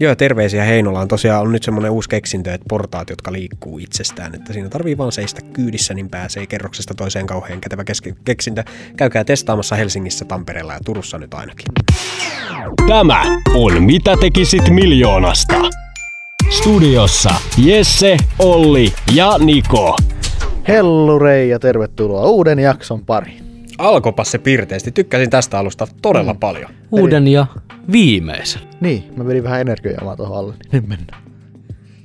Joo, ja terveisiä Heinolaan. Tosiaan on nyt semmoinen uusi keksintö, että portaat, jotka liikkuu itsestään. Että siinä tarvii vaan seistä kyydissä, niin pääsee kerroksesta toiseen kauhean kätevä keski- keksintö. Käykää testaamassa Helsingissä, Tampereella ja Turussa nyt ainakin. Tämä on Mitä tekisit miljoonasta? Studiossa Jesse, Olli ja Niko. Hellurei ja tervetuloa uuden jakson pariin. Alkopas se pirteästi. Tykkäsin tästä alusta todella mm. paljon. Uuden ja viimeisen. Niin, mä vedin vähän energiaa tuohon alle, niin nyt mennään.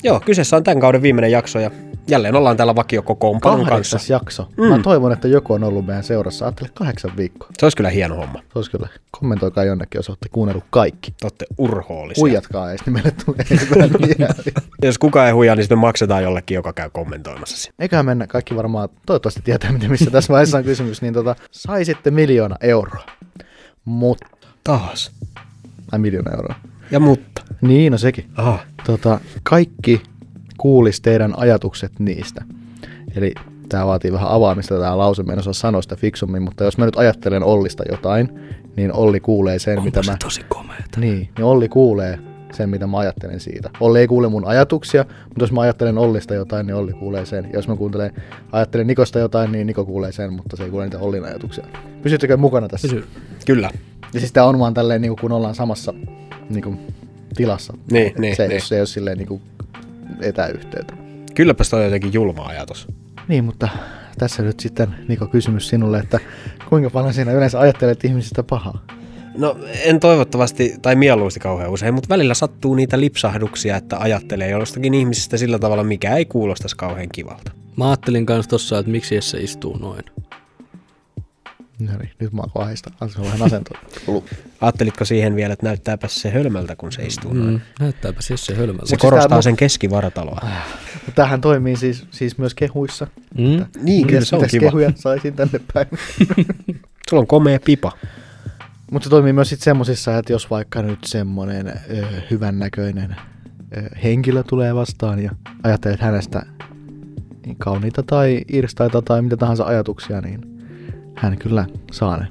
Joo, kyseessä on tämän kauden viimeinen jakso ja jälleen ollaan täällä vakiokokoonpanon kanssa. Kahdeksas jakso. Mm. Mä toivon, että joku on ollut meidän seurassa. Ajattelin kahdeksan viikkoa. Se olisi kyllä hieno homma. Se olisi kyllä. Kommentoikaa jonnekin, jos olette kuunnellut kaikki. Te olette urhoollisia. Huijatkaa edes, niin meille tulee enemmän jääviä. Jos kukaan ei huijaa, niin sitten maksetaan jollekin, joka käy kommentoimassa sinne. Eiköhän mennä. Kaikki varmaan toivottavasti tietää, miten missä tässä vaiheessa on kysymys. Niin tota, saisitte miljoona euroa. Mutta, Taas. ai miljoona euroa. Ja mutta. Niin, no sekin. Aha. tota, kaikki kuulisi teidän ajatukset niistä. Eli tämä vaatii vähän avaamista tämä lause, mä en osaa sanoa sitä fiksummin, mutta jos mä nyt ajattelen Ollista jotain, niin Olli kuulee sen, Onko mitä Se mä... tosi komeeta. Niin, niin Olli kuulee sen, mitä mä ajattelen siitä. Olli ei kuule mun ajatuksia, mutta jos mä ajattelen Ollista jotain, niin Olli kuulee sen. Jos mä kuuntelen, ajattelen Nikosta jotain, niin Niko kuulee sen, mutta se ei kuule niitä Ollin ajatuksia. Pysyttekö mukana tässä? Pysy. Kyllä. Ja siis tää on vaan tälleen, niin kun ollaan samassa niin kuin, tilassa. Niin, Et niin, se, ei niin. ole- se ei ole silleen niin kuin, etäyhteyttä. Kylläpäs toi on jotenkin julma ajatus. Niin, mutta tässä nyt sitten, Niko, kysymys sinulle, että kuinka paljon sinä yleensä ajattelet ihmisistä pahaa? No en toivottavasti tai mieluusti kauhean usein, mutta välillä sattuu niitä lipsahduksia, että ajattelee jostakin ihmisestä sillä tavalla, mikä ei kuulostaisi kauhean kivalta. Mä ajattelin kans tossa, että miksi Jesse istuu noin. No niin, nyt mä alkoin ahistaa. Anteeksi, mulla on vähän asento. tullut. Ajattelitko siihen vielä, että näyttääpä se hölmältä, kun se istuu noin? Mm, näyttääpä Jesse hölmältä. Se siis tää korostaa mu- sen keskivartaloa. Mutta Tämähän toimii siis, siis myös kehuissa. Mm? Niin, kyllä Mitäs- se on mitäs kiva. kehuja saisin tänne päin. Sulla on komea pipa. mutta se toimii myös sitten semmosissa, että jos vaikka nyt semmoinen ö, hyvännäköinen ö, henkilö tulee vastaan ja ajattelet hänestä niin kauniita tai irstaita tai mitä tahansa ajatuksia, niin hän kyllä saa ne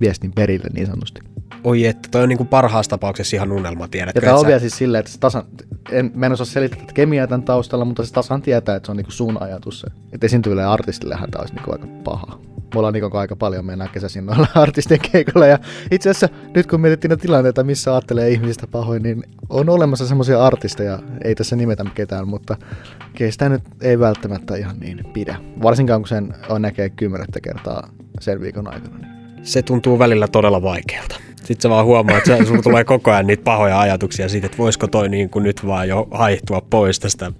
viestin perille niin sanotusti. Oi että, toi on niinku parhaassa tapauksessa ihan unelma, Ja tiedätkö? tämä et on sä- vielä siis silleen, että se tasan, en, mä en osaa selittää tätä kemiaa tämän taustalla, mutta se tasan tietää, että se on niinku sun ajatus. Että esiintyville artistillehän tämä olisi niinku aika paha. Me ollaan Nikon kanssa aika paljon mennään kesäsin noilla artistien keikolla ja itse asiassa nyt kun mietittiin ne tilanteita, missä ajattelee ihmisistä pahoin, niin on olemassa semmoisia artisteja, ei tässä nimetä ketään, mutta keistä nyt ei välttämättä ihan niin pidä. Varsinkaan kun sen on näkee kymmenettä kertaa sen viikon aikana. Niin. Se tuntuu välillä todella vaikealta. Sitten sä vaan huomaat, että sä- sulla tulee koko ajan niitä pahoja ajatuksia siitä, että voisiko toi niin kuin nyt vaan jo haihtua pois tästä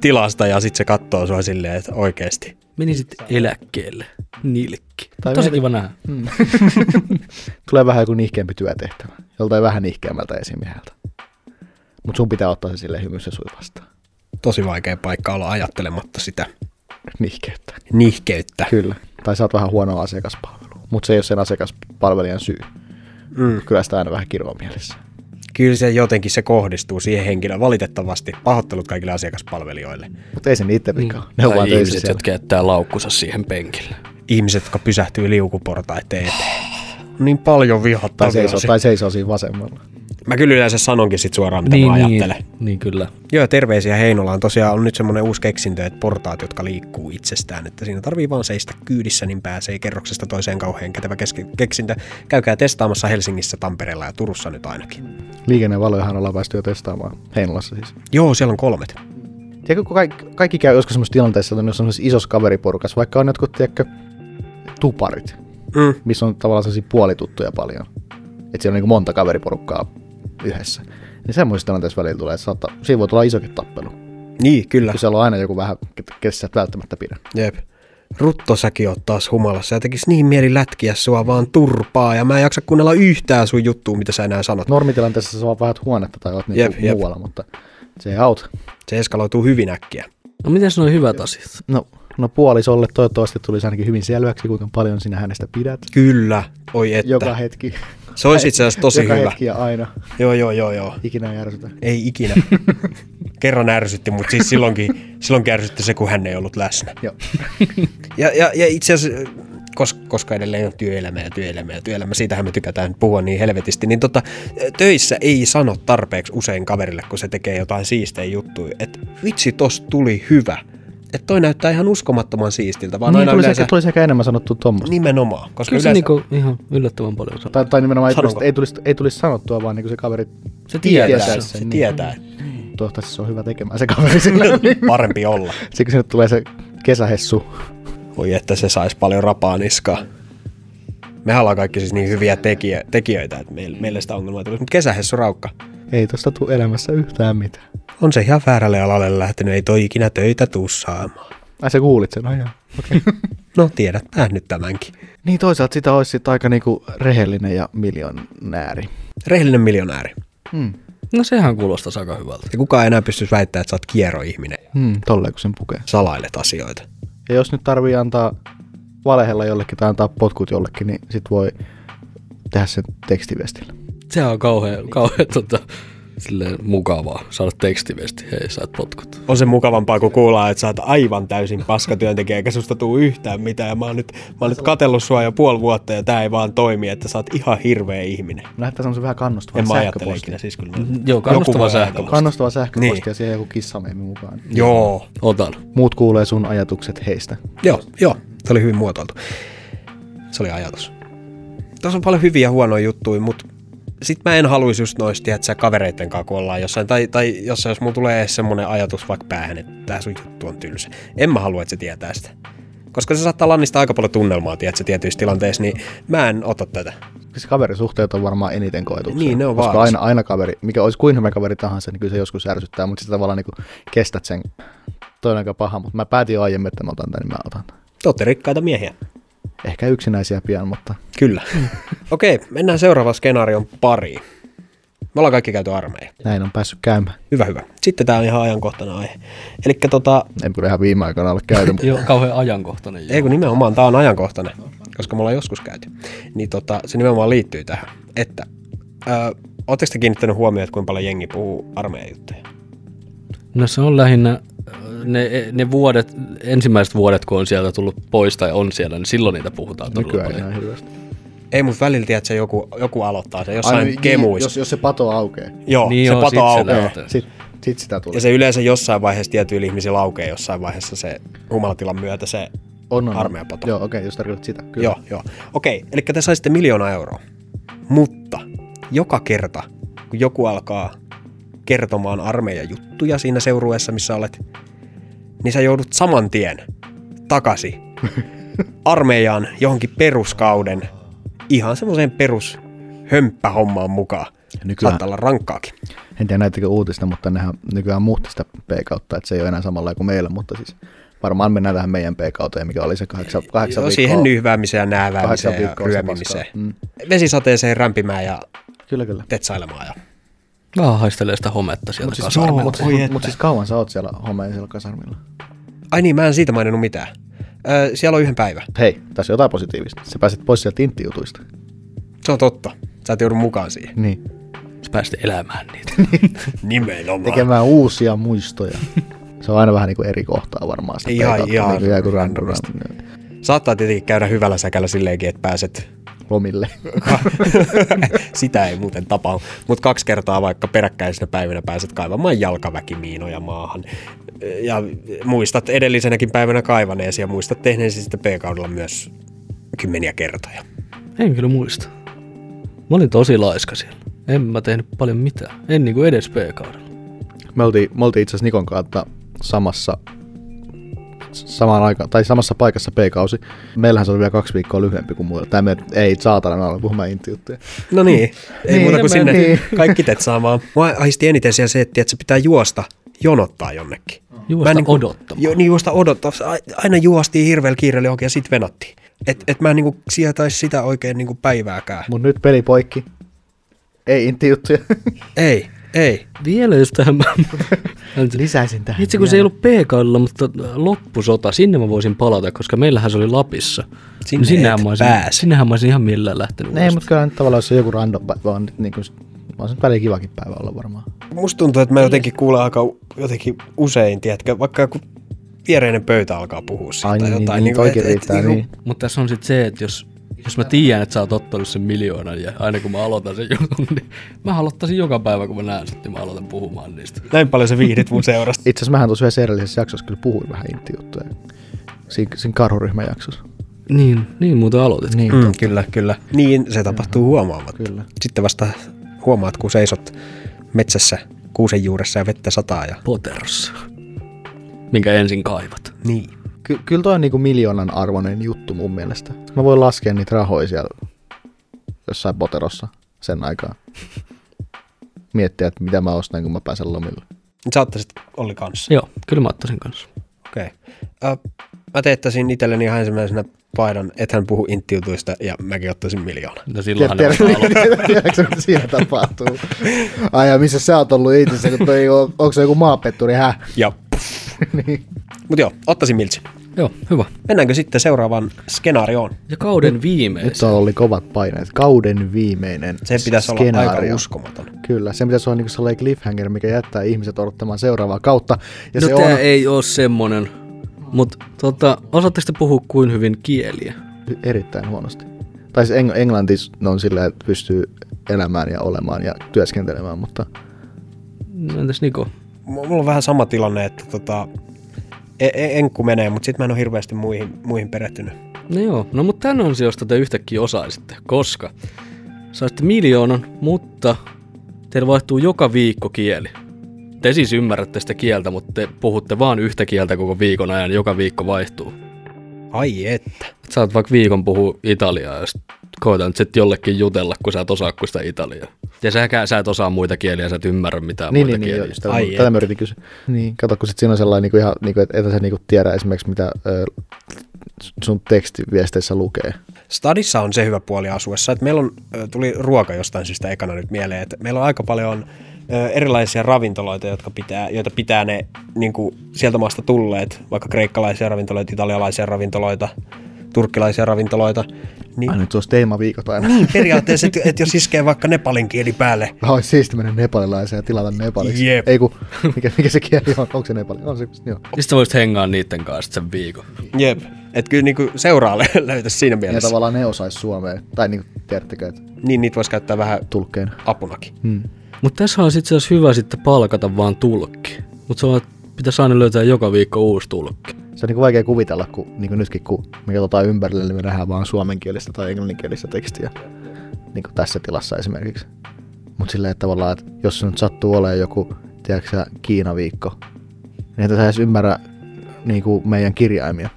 tilasta ja sitten se katsoo sua silleen, että oikeesti. Menisit eläkkeelle. Nilkki. Tai tosi mieti- kiva nähdä. tulee vähän joku nihkeämpi työtehtävä, joltain vähän nihkeämmältä esimieheltä. Mutta sun pitää ottaa se sille hymyssä sui vastaan. Tosi vaikea paikka olla ajattelematta sitä Nihkeyttä. nihkeyttä. Kyllä. Tai sä oot vähän huonoa asiakaspalvelua. Mutta se ei ole sen asiakaspalvelijan syy. Mm. Kyllä sitä aina vähän kiroo mielessä. Kyllä se jotenkin se kohdistuu siihen henkilöön. Valitettavasti pahoittelut kaikille asiakaspalvelijoille. Mutta ei se niitä vika. ole. Ne on vaan Niin. töissä Tai ihmiset, siellä. jotka jättää laukkunsa siihen penkille. Ihmiset, jotka pysähtyy liukuportaiden eteen. Niin paljon vihattavia. Tai seisoo, asioita. tai seisoo siinä vasemmalla. Mä kyllä yleensä sanonkin sit suoraan, mitä niin, mä ajattelen. niin, niin kyllä. Joo, terveisiä Heinolaan. Tosiaan on nyt semmoinen uusi keksintö, että portaat, jotka liikkuu itsestään. Että siinä tarvii vaan seistä kyydissä, niin pääsee kerroksesta toiseen kauhean kätevä keski- keksintö. Käykää testaamassa Helsingissä, Tampereella ja Turussa nyt ainakin. Liikennevalojahan ollaan päästy jo testaamaan. Heinolassa siis. Joo, siellä on kolmet. Tiedätkö, kun kaikki, kaikki käy joskus semmoisessa tilanteessa, että on semmoisessa isossa kaveriporukassa, vaikka on jotkut, tiedätkö, tuparit, Mm. missä on tavallaan sellaisia puolituttuja paljon. Että siellä on niin monta kaveriporukkaa yhdessä. Niin semmoisissa tilanteissa välillä tulee, että saattaa, siinä voi tulla isokin tappelu. Niin, kyllä. Kun siellä on aina joku vähän, ketä sä et välttämättä pidä. Jep. Ruttosäkin oot taas humalassa ja tekis niin mieli lätkiä sua vaan turpaa ja mä en jaksa kuunnella yhtään sun juttua, mitä sä enää sanot. Normitilanteessa sä vaan vaihdat huonetta tai oot niinku Jep, jep. muualla, mutta se ei auta. Se eskaloituu hyvin äkkiä. No miten nuo hyvät asiat? No, no puolisolle toivottavasti tulisi ainakin hyvin selväksi, kuinka paljon sinä hänestä pidät. Kyllä, oi että. Joka hetki. Se olisi itse asiassa tosi Joka hyvä. hetki ja aina. Joo, joo, joo, joo. Ikinä ei järsytä. Ei ikinä. Kerran ärsytti, mutta siis silloinkin, silloinkin ärsytti se, kun hän ei ollut läsnä. Joo. Ja, ja, ja itse asiassa koska, koska edelleen on työelämä ja työelämä ja työelämä, siitähän me tykätään puhua niin helvetisti, niin tota, töissä ei sano tarpeeksi usein kaverille, kun se tekee jotain siistejä juttuja, että vitsi, tosta tuli hyvä. Että toi näyttää ihan uskomattoman siistiltä, vaan niin, niin, aina tulisi, yleensä ehkä, tulisi ehkä enemmän sanottua tuommoista. nimenomaan. Koska Kyllä se yleensä, niinku ihan yllättävän paljon saa. Tai, tai nimenomaan ei Sanonko? tulisi, ei, tulisi, ei tulisi sanottua, vaan niin kuin se kaveri Se tietää, tietää se, sen, se niin. tietää, että toivottavasti se on hyvä tekemään se kaveri sillä. niin. parempi olla. Siksi sinne tulee se kesähessu. Voi että se saisi paljon rapaa niskaa. Mehän ollaan kaikki siis niin hyviä tekijö, tekijöitä, että meillä, meillä sitä ongelmaa ei tulisi. Mutta kesähessu raukka. Ei tosta tule elämässä yhtään mitään. On se ihan väärälle alalle lähtenyt, ei toi ikinä töitä tuu saamaan. Ai sä kuulit sen, no joo. No tiedät, mä nyt tämänkin. Niin toisaalta sitä olisi sit aika niinku rehellinen ja miljonääri. Rehellinen miljonääri. Hmm. No sehän kuulostaa aika hyvältä. Ja kukaan ei enää pystyisi väittämään, että sä oot kieroihminen. Hmm, tolleen kun sen pukee. Salailet asioita. Ja jos nyt tarvii antaa valehella jollekin tai antaa potkut jollekin, niin sit voi tehdä sen tekstiviestillä. Sehän on kauhean, kauhean tota, silleen mukavaa saada tekstiviesti. Hei, saat potkut. On se mukavampaa, kun kuullaan, että sä oot aivan täysin paskatyöntekijä, eikä susta tuu yhtään mitään. Ja mä oon nyt, mä oon nyt katellut sua jo puoli vuotta ja tää ei vaan toimi, että sä oot ihan hirveä ihminen. Lähettää semmoisen vähän kannustavan En mä ajattele sähköpostin. ikinä siis kyllä. Mm-hmm. Joo, Joku voi kannustava ajatella. sähköposti. Kannustava sähköposti Niin. niin. ja siihen joku kissameemi mukaan. Joo. Otan. Muut kuulee sun ajatukset heistä. Joo, joo. Se oli hyvin muotoiltu. Se oli ajatus. Tässä on paljon hyviä ja huonoja juttuja, mutta sit mä en haluaisi just noista, tiedät sä, kavereitten kanssa, kun ollaan jossain, tai, tai jossain, jos mulla tulee edes semmonen ajatus vaikka päähän, että tää sun juttu on tylsä. En mä halua, että se tietää sitä. Koska se saattaa lannistaa aika paljon tunnelmaa, tiedät sä, tietyissä tilanteissa, niin mä en ota tätä. Siis kaverisuhteet on varmaan eniten koetuksena. Niin, ne on Koska vaarassa. aina, aina kaveri, mikä olisi kuin hyvä kaveri tahansa, niin kyllä se joskus ärsyttää, mutta sitä tavallaan niin kuin kestät sen. Toi on aika paha, mutta mä päätin jo aiemmin, että mä otan tämän, niin mä otan. tän. Te ootte rikkaita miehiä. Ehkä yksinäisiä pian, mutta Kyllä. Mm. Okei, mennään seuraavan skenaarion pariin. Me ollaan kaikki käyty armeija. näin on päässyt käymään. Hyvä, hyvä. Sitten tää on ihan ajankohtainen aihe. Eli tota, En kyllä ihan viime aikoina ole käynyt, mutta Joo, kauhean ajankohtainen. Ei kun nimenomaan tämä on ajankohtainen, koska me ollaan joskus käyty. Niin tota, se nimenomaan liittyy tähän, että Oletteko te kiinnittänyt huomioon, että kuinka paljon jengi puhuu armeijan juttuja? No se on lähinnä äh, ne, ne vuodet, ensimmäiset vuodet, kun on sieltä tullut pois tai on siellä, niin silloin niitä puhutaan todella nykyään ei paljon. enää hirveästi. Ei, mutta välillä tiedät, että joku, joku aloittaa se jossain niin, kemuissa. jos, jos se pato aukeaa, Joo, Niin se joo, sit pato se aukeaa. lähtee. sit, sit sitä tulee. Ja se yleensä jossain vaiheessa tietyillä ihmisillä aukeaa jossain vaiheessa se humalatilan myötä se... on, on, armeijan pato. Joo, okei, okay, jos tarkoitat sitä. Kyllä. Joo, joo. Okei, eli te saisitte miljoona euroa. Mutta joka kerta, kun joku alkaa kertomaan armeijan juttuja siinä seurueessa, missä olet, niin sä joudut saman tien takaisin armeijaan johonkin peruskauden, ihan semmoiseen perus hömppähommaan mukaan. Nykyään- Saattaa olla rankkaakin. En tiedä näittekö uutista, mutta nehän nykyään muutti sitä P-kautta, että se ei ole enää samalla kuin meillä, mutta siis varmaan mennään tähän meidän P-kauteen, mikä oli se kahdeksan, kahdeksan Joo, viikkoa. siihen nyyhväämiseen ja kahdeksan nääväämiseen ja viikkoa sitä ryömimiseen. paskaa. Mm. Vesisateeseen rämpimään ja Kyllä, kyllä. tetsailemaan. Ja... Vähän haistelee sitä hometta sieltä Mutta siis, kasaan. mut, siis, mut, mut siis kauan sä oot siellä homeisella kasarmilla? Ai niin, mä en siitä maininnut mitään. Ö, siellä on yhden päivän. Hei, tässä on jotain positiivista. Sä pääset pois sieltä inttijutuista. Se on totta. Sä et joudu mukaan siihen. Niin. Sä pääsit elämään niitä. Nimenomaan. Tekemään uusia muistoja. se on aina vähän niinku eri kohtaa varmaan sitä Ihan- P-kautta, ihan niinku joku random, randomisti. random Saattaa tietenkin käydä hyvällä säkällä silleenkin, että pääset... lomille. Sitä ei muuten tapahdu. Mutta kaksi kertaa vaikka peräkkäisenä päivänä pääset kaivamaan jalkaväkimiinoja maahan. Ja muistat edellisenäkin päivänä kaivaneesi ja muistat tehneesi sitä P-kaudella myös kymmeniä kertoja. En kyllä muista. Mä olin tosi laiska siellä. En mä tehnyt paljon mitään. En niinku edes P-kaudella. Me oltiin, me oltiin itse asiassa Nikon kanssa samassa samaan aikaan, tai samassa paikassa P-kausi. Meillähän se oli vielä kaksi viikkoa lyhyempi kuin muilla. Tämä me, ei saatana, mä aloin puhumaan intiutteja. No niin, ei Niin, muuta kuin mä- sinne niin. kaikki teet saamaan. Mua aisti eniten siellä se, että tiedät, sä pitää juosta jonottaa jonnekin. Juosta en niinku- odottamaan. Jo, niin juosta odottaa. A- Aina juostiin hirveällä kiireellä johonkin ja sit venattiin. Et, et mä en niinku sietäisi sitä oikein niinku päivääkään. Mut nyt peli poikki. Ei intiutteja. Ei, ei. Vielä jos tähän mä... Lisäisin tähän. Itse kun se ei ollut P-kaudella, mutta loppusota, sinne mä voisin palata, koska meillähän se oli Lapissa. Sinne sinnehän, et mä olisin, pääse. sinnehän mä olisin ihan millään lähtenyt. Ei, uudestaan. mutta kyllä nyt tavallaan jos on joku random päivä, on nyt niinku, on se nyt väliin kivakin Siis päivä olla varmaan. Musta tuntuu, että mä jotenkin kuulen aika u- jotenkin usein, tiedätkö, vaikka kun viereinen pöytä alkaa puhua siitä. Ai tai niin, jotain, niin, niin, kuin, toikin riittää, niinku- niin. Mutta tässä on sitten se, että jos, jos mä tiedän, että sä oot ottanut sen miljoonan ja aina kun mä aloitan sen jutun, niin mä aloittaisin joka päivä, kun mä näen sen, niin mä aloitan puhumaan niistä. Näin paljon sä viihdit mun seurasta. Itse asiassa mähän tuossa yhdessä edellisessä jaksossa kyllä puhuin vähän intti-juttuja. Siinä, siinä karhuryhmän jaksossa. Niin, niin muuten aloitit. Niin. Mm, kyllä, kyllä. Niin se tapahtuu huomaamatta. Kyllä. Sitten vasta huomaat, kun seisot metsässä kuusen juuressa ja vettä sataa. Ja... Poterossa. Minkä ensin kaivat. Niin. Ky- kyllä toi on niinku miljoonan arvoinen juttu mun mielestä. Mä voin laskea niitä rahoja siellä jossain poterossa sen aikaan. Miettiä, että mitä mä ostan, kun mä pääsen lomille. Sä ottaisit Olli kanssa. Joo, kyllä mä ottaisin kanssa. Okei. Okay. Ö, mä teettäisin itselleni ihan ensimmäisenä paidan, et hän puhu inttiutuista ja mäkin ottaisin miljoona. No silloinhan ne Tiedätkö, vasta aloittaa. tiedätkö, mitä siinä tapahtuu? Ai ja missä sä oot ollut itse, kun toi, on- onko se joku maapetturi, hä? Ja Niin. Mut joo, ottaisin miltsin. Joo, hyvä. Mennäänkö sitten seuraavaan skenaarioon? Ja kauden Nyt viimeisen. on oli kovat paineet. Kauden viimeinen Se pitäisi olla skenaario. aika uskomaton. Kyllä, se pitäisi olla niinku sellainen cliffhanger, mikä jättää ihmiset odottamaan seuraavaa kautta. Ja No se tää on... ei oo semmonen. Mut tota, osaatteko te puhua kuin hyvin kieliä? erittäin huonosti. Tai siis Eng- Englanti on sillä, että pystyy elämään ja olemaan ja työskentelemään, mutta No, entäs Niko? M- Mulla on vähän sama tilanne, että tota, e- e- enkku menee, mutta sitten mä en ole hirveästi muihin, muihin perehtynyt. No joo, no mutta tämän ansiosta te yhtäkkiä osaisitte, koska saisitte miljoonan, mutta teillä vaihtuu joka viikko kieli. Te siis ymmärrätte sitä kieltä, mutta te puhutte vaan yhtä kieltä koko viikon ajan, joka viikko vaihtuu. Ai että. Et Sä oot vaikka viikon puhu italiaa ja sit koetan nyt sitten jollekin jutella, kun sä et osaa kuin sitä italiaa. Ja säkään, sä et osaa muita kieliä, sä et ymmärrä mitään niin, muita niin, niin, kieliä. joo, just tätä, Ai Ai tätä mä yritin kysyä. Niin. Kato, kun sit siinä on sellainen, niin ihan, niin kuin, että et sä niin tiedä esimerkiksi, mitä ö, sun tekstiviesteissä lukee. Stadissa on se hyvä puoli asuessa, että meillä on, ö, tuli ruoka jostain syystä ekana nyt mieleen, että meillä on aika paljon ö, erilaisia ravintoloita, jotka pitää, joita pitää ne niin kuin sieltä maasta tulleet, vaikka kreikkalaisia ravintoloita, italialaisia ravintoloita, turkkilaisia ravintoloita, niin Ai nyt tuossa teemaviikot aina. niin periaatteessa, että, että jos iskee vaikka nepalin kieli päälle, Olisi siisti mennä nepalilaiseen ja tilata nepaliksi. Jep. Ei kun, mikä, mikä se kieli on? Onko se nepali? On se, joo. Ja sit sä voisit hengaa niitten kanssa sit sen viikon. jep, että kyllä niin kuin seuraa löytä siinä Ja mielessä. tavallaan ne osaisi suomeen. Tai niin kuin, tiedättekö, että Niin niitä voisi käyttää vähän tulkkeina. apunakin. Hmm. Mutta tässä olisi itse asiassa hyvä sitten palkata vaan tulkki. Mutta se on, että pitäisi aina löytää joka viikko uusi tulkki. Se on niin vaikea kuvitella, kun, niin kuin nytkin, kun me katsotaan ympärille, niin me nähdään vaan suomenkielistä tai englanninkielistä tekstiä. Niin kuin tässä tilassa esimerkiksi. Mutta silleen että tavallaan, että jos se nyt sattuu olemaan joku, tiedätkö sä, Kiina-viikko, niin et sä edes ymmärrä niin kuin meidän kirjaimia.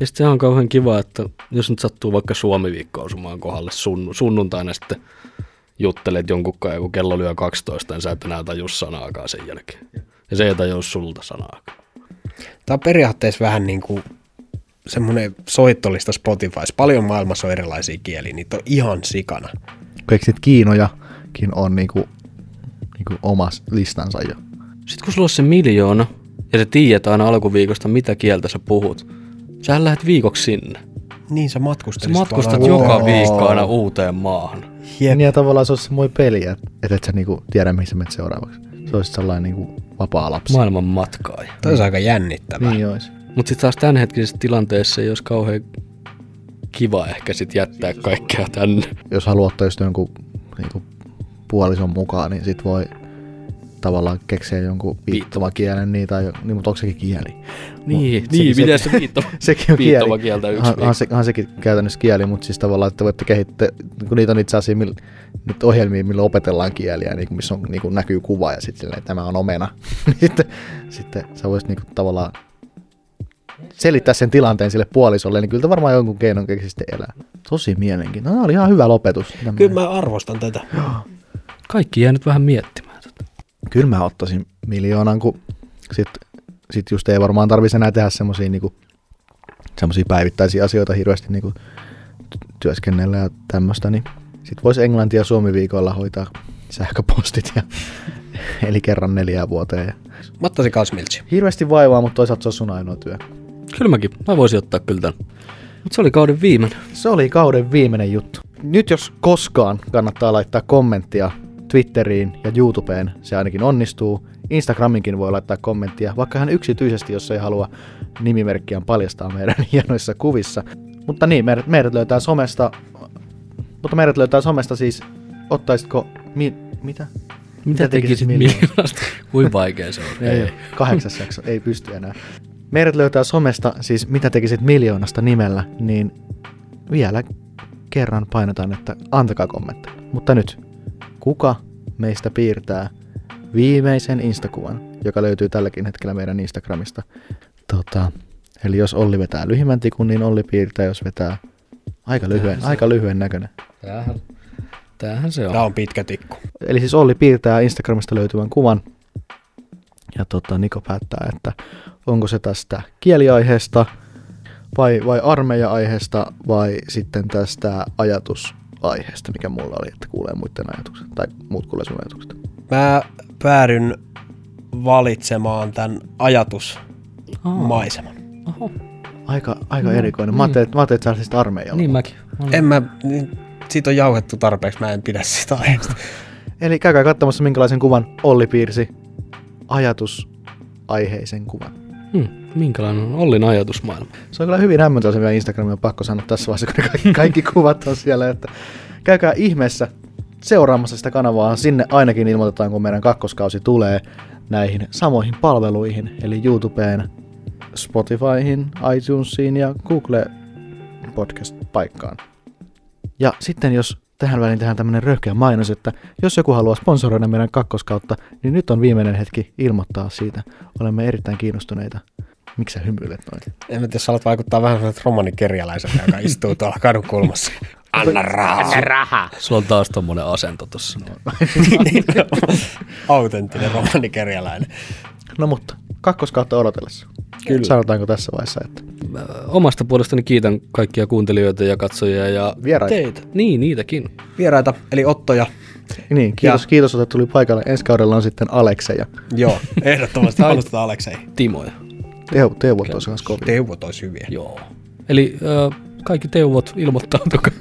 Ja sitten sehän on kauhean kiva, että jos nyt sattuu vaikka Suomi-viikko osumaan kohdalle sunnu, sunnuntaina sitten juttelet jonkun kanssa, kun kello lyö 12, niin sä et enää tajua sanaakaan sen jälkeen. Ja se ei tajua sulta sanaakaan. Tämä on periaatteessa vähän niin kuin semmoinen soittolista Spotifys. Paljon maailmassa on erilaisia kieliä, niitä on ihan sikana. Eikö niitä Kiinojakin on niin kuin, niin kuin omas listansa jo? Sitten kun sulla on se miljoona, ja sä tiedät aina alkuviikosta, mitä kieltä sä puhut, sä lähdet viikoksi sinne. Niin sä Sä matkustelisit. matkustat tuolla- joka Wow. viikko aina uuteen maahan. Jep. Niin ja tavallaan se olisi semmoinen peli, että et, et sä niin kuin tiedä, mihin sä menet seuraavaksi. Se olisi sellainen niin kuin vapaa lapsi. Maailman matkaaja. Toi on aika jännittävää. niin olisi. Mutta sitten taas tämänhetkisessä tilanteessa ei olisi kauhean kiva ehkä sit jättää kaikkea tänne. jos haluaa ottaa just jonkun niin kuin puolison mukaan, niin sit voi tavallaan keksiä jonkun viittomakielen niin, tai, niin mutta onko sekin kieli? Niin, Mut niin sekin- miten se viittoma, Sekin on viittoma kieli. kieltä yksi Han, viikko. han, se, han sekin käytännössä kieli, mutta siis tavallaan, että voitte kehittää, kun niitä on itse asiassa millä, niitä ohjelmia, millä opetellaan kieliä, niin kuin missä on, niin kuin näkyy kuva ja sitten silleen, että tämä on omena. Niin sitten, sitten sä voisit niin kuin, tavallaan selittää sen tilanteen sille puolisolle, niin kyllä te varmaan jonkun keinon keksi sitten elää. Tosi mielenkiintoinen. Tämä oli ihan hyvä lopetus. Tämmönen. Kyllä mä arvostan tätä. Kaikki jää nyt vähän miettimään tota. tätä. kyllä mä ottaisin miljoonan, kun sit, sit just ei varmaan tarvitsisi enää tehdä semmoisia niinku, semmosia päivittäisiä asioita hirveästi niinku, työskennellä ja tämmöistä, niin sit voisi Englanti ja Suomi viikolla hoitaa sähköpostit ja eli kerran neljään vuoteen. Ja. Mä ottaisin kans miltsi. Hirveästi vaivaa, mutta toisaalta se on sun ainoa työ. Kyllä mäkin, mä voisin ottaa kyllä tän. Mutta se oli kauden viimeinen. Se oli kauden viimeinen juttu. Nyt jos koskaan kannattaa laittaa kommenttia Twitteriin ja YouTubeen, se ainakin onnistuu. Instagraminkin voi laittaa kommenttia, vaikka hän yksityisesti, jos ei halua nimimerkkiään paljastaa meidän hienoissa kuvissa. Mutta niin, meidät, meidät löytää somesta, mutta meidät löytää somesta siis, ottaisitko, mi, mitä? Mitä tekisit miljoonasta? Kuin vaikea se on. Ei, ei. Kahdeksas jakso, ei pysty enää. Meidät löytää somesta, siis mitä tekisit miljoonasta nimellä, niin vielä kerran painotan, että antakaa kommentteja. Mutta nyt, kuka meistä piirtää viimeisen Instakuvan, joka löytyy tälläkin hetkellä meidän Instagramista? Tota, eli jos Olli vetää lyhimmän tikun, niin Olli piirtää, jos vetää aika lyhyen, aika lyhyen näköinen. Tämähän, tämähän se on. Tämä on pitkä tikku. Eli siis Olli piirtää Instagramista löytyvän kuvan. Ja tota, Niko päättää, että onko se tästä kieliaiheesta vai, vai armeija-aiheesta vai sitten tästä ajatusaiheesta, mikä mulla oli, että kuulee muiden ajatukset tai muut kuulee sun ajatukset. Mä päädyn valitsemaan tämän ajatusmaiseman. Oho. Aika, aika erikoinen. Mä ajattelin, että, mä ajattelin, että sä olisit armeijalla. Niin mäkin. Olen. Eh. En mä, niin, siitä on jauhettu tarpeeksi, mä en pidä sitä aiheesta. Eli käykää katsomassa, minkälaisen kuvan Olli piirsi ajatusaiheisen kuvan. Hmm. Minkälainen on Ollin ajatusmaailma? Se on kyllä hyvin hämmentävä vielä Instagramia, on pakko sanoa tässä vaiheessa, kun ne kaikki, kaikki kuvat on siellä, että käykää ihmeessä seuraamassa sitä kanavaa. Sinne ainakin ilmoitetaan, kun meidän kakkoskausi tulee näihin samoihin palveluihin, eli YouTubeen, Spotifyhin, iTunesiin ja Google Podcast-paikkaan. Ja sitten jos tähän väliin tehdään tämmöinen röyhkeä mainos, että jos joku haluaa sponsoroida meidän kakkoskautta, niin nyt on viimeinen hetki ilmoittaa siitä. Olemme erittäin kiinnostuneita. Miksi sä hymyilet noin? En mä tiedä, sä alat vaikuttaa vähän sellaiset romanikerjäläiseltä, joka istuu tuolla kadun kulmassa. Anna rahaa. Sulla on taas tommonen asento tossa. No. Niin, Autenttinen romanikerjäläinen. No mutta, kakkoskautta odotellessa. Kyllä. Sanotaanko tässä vaiheessa, että Mä Äh, Omasta puolestani kiitän kaikkia kuuntelijoita ja katsojia ja Vieraita. teitä. Niin, niitäkin. Vieraita, eli Ottoja. niin, kiitos, kiitos, että tuli paikalle. Ensi kaudella on sitten Alekseja. Joo, ehdottomasti panostetaan Aleksei. Timoja. Teu, teuvot olisi myös kovia. Teuvot olisi hyviä. Joo. Eli ö, kaikki teuvot ilmoittautukaa.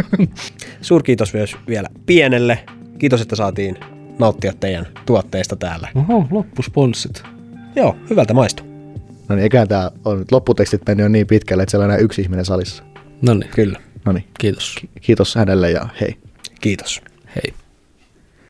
Suurkiitos myös vielä pienelle. Kiitos, että saatiin nauttia teidän tuotteista täällä. Oho, loppusponssit. Joo, hyvältä maistu. No niin, eiköhän tää on nyt lopputekstit mennyt jo niin pitkälle, että siellä on enää yksi ihminen salissa. No niin, Kyllä. No niin, kiitos. kiitos hänelle ja hei. Kiitos. Hei.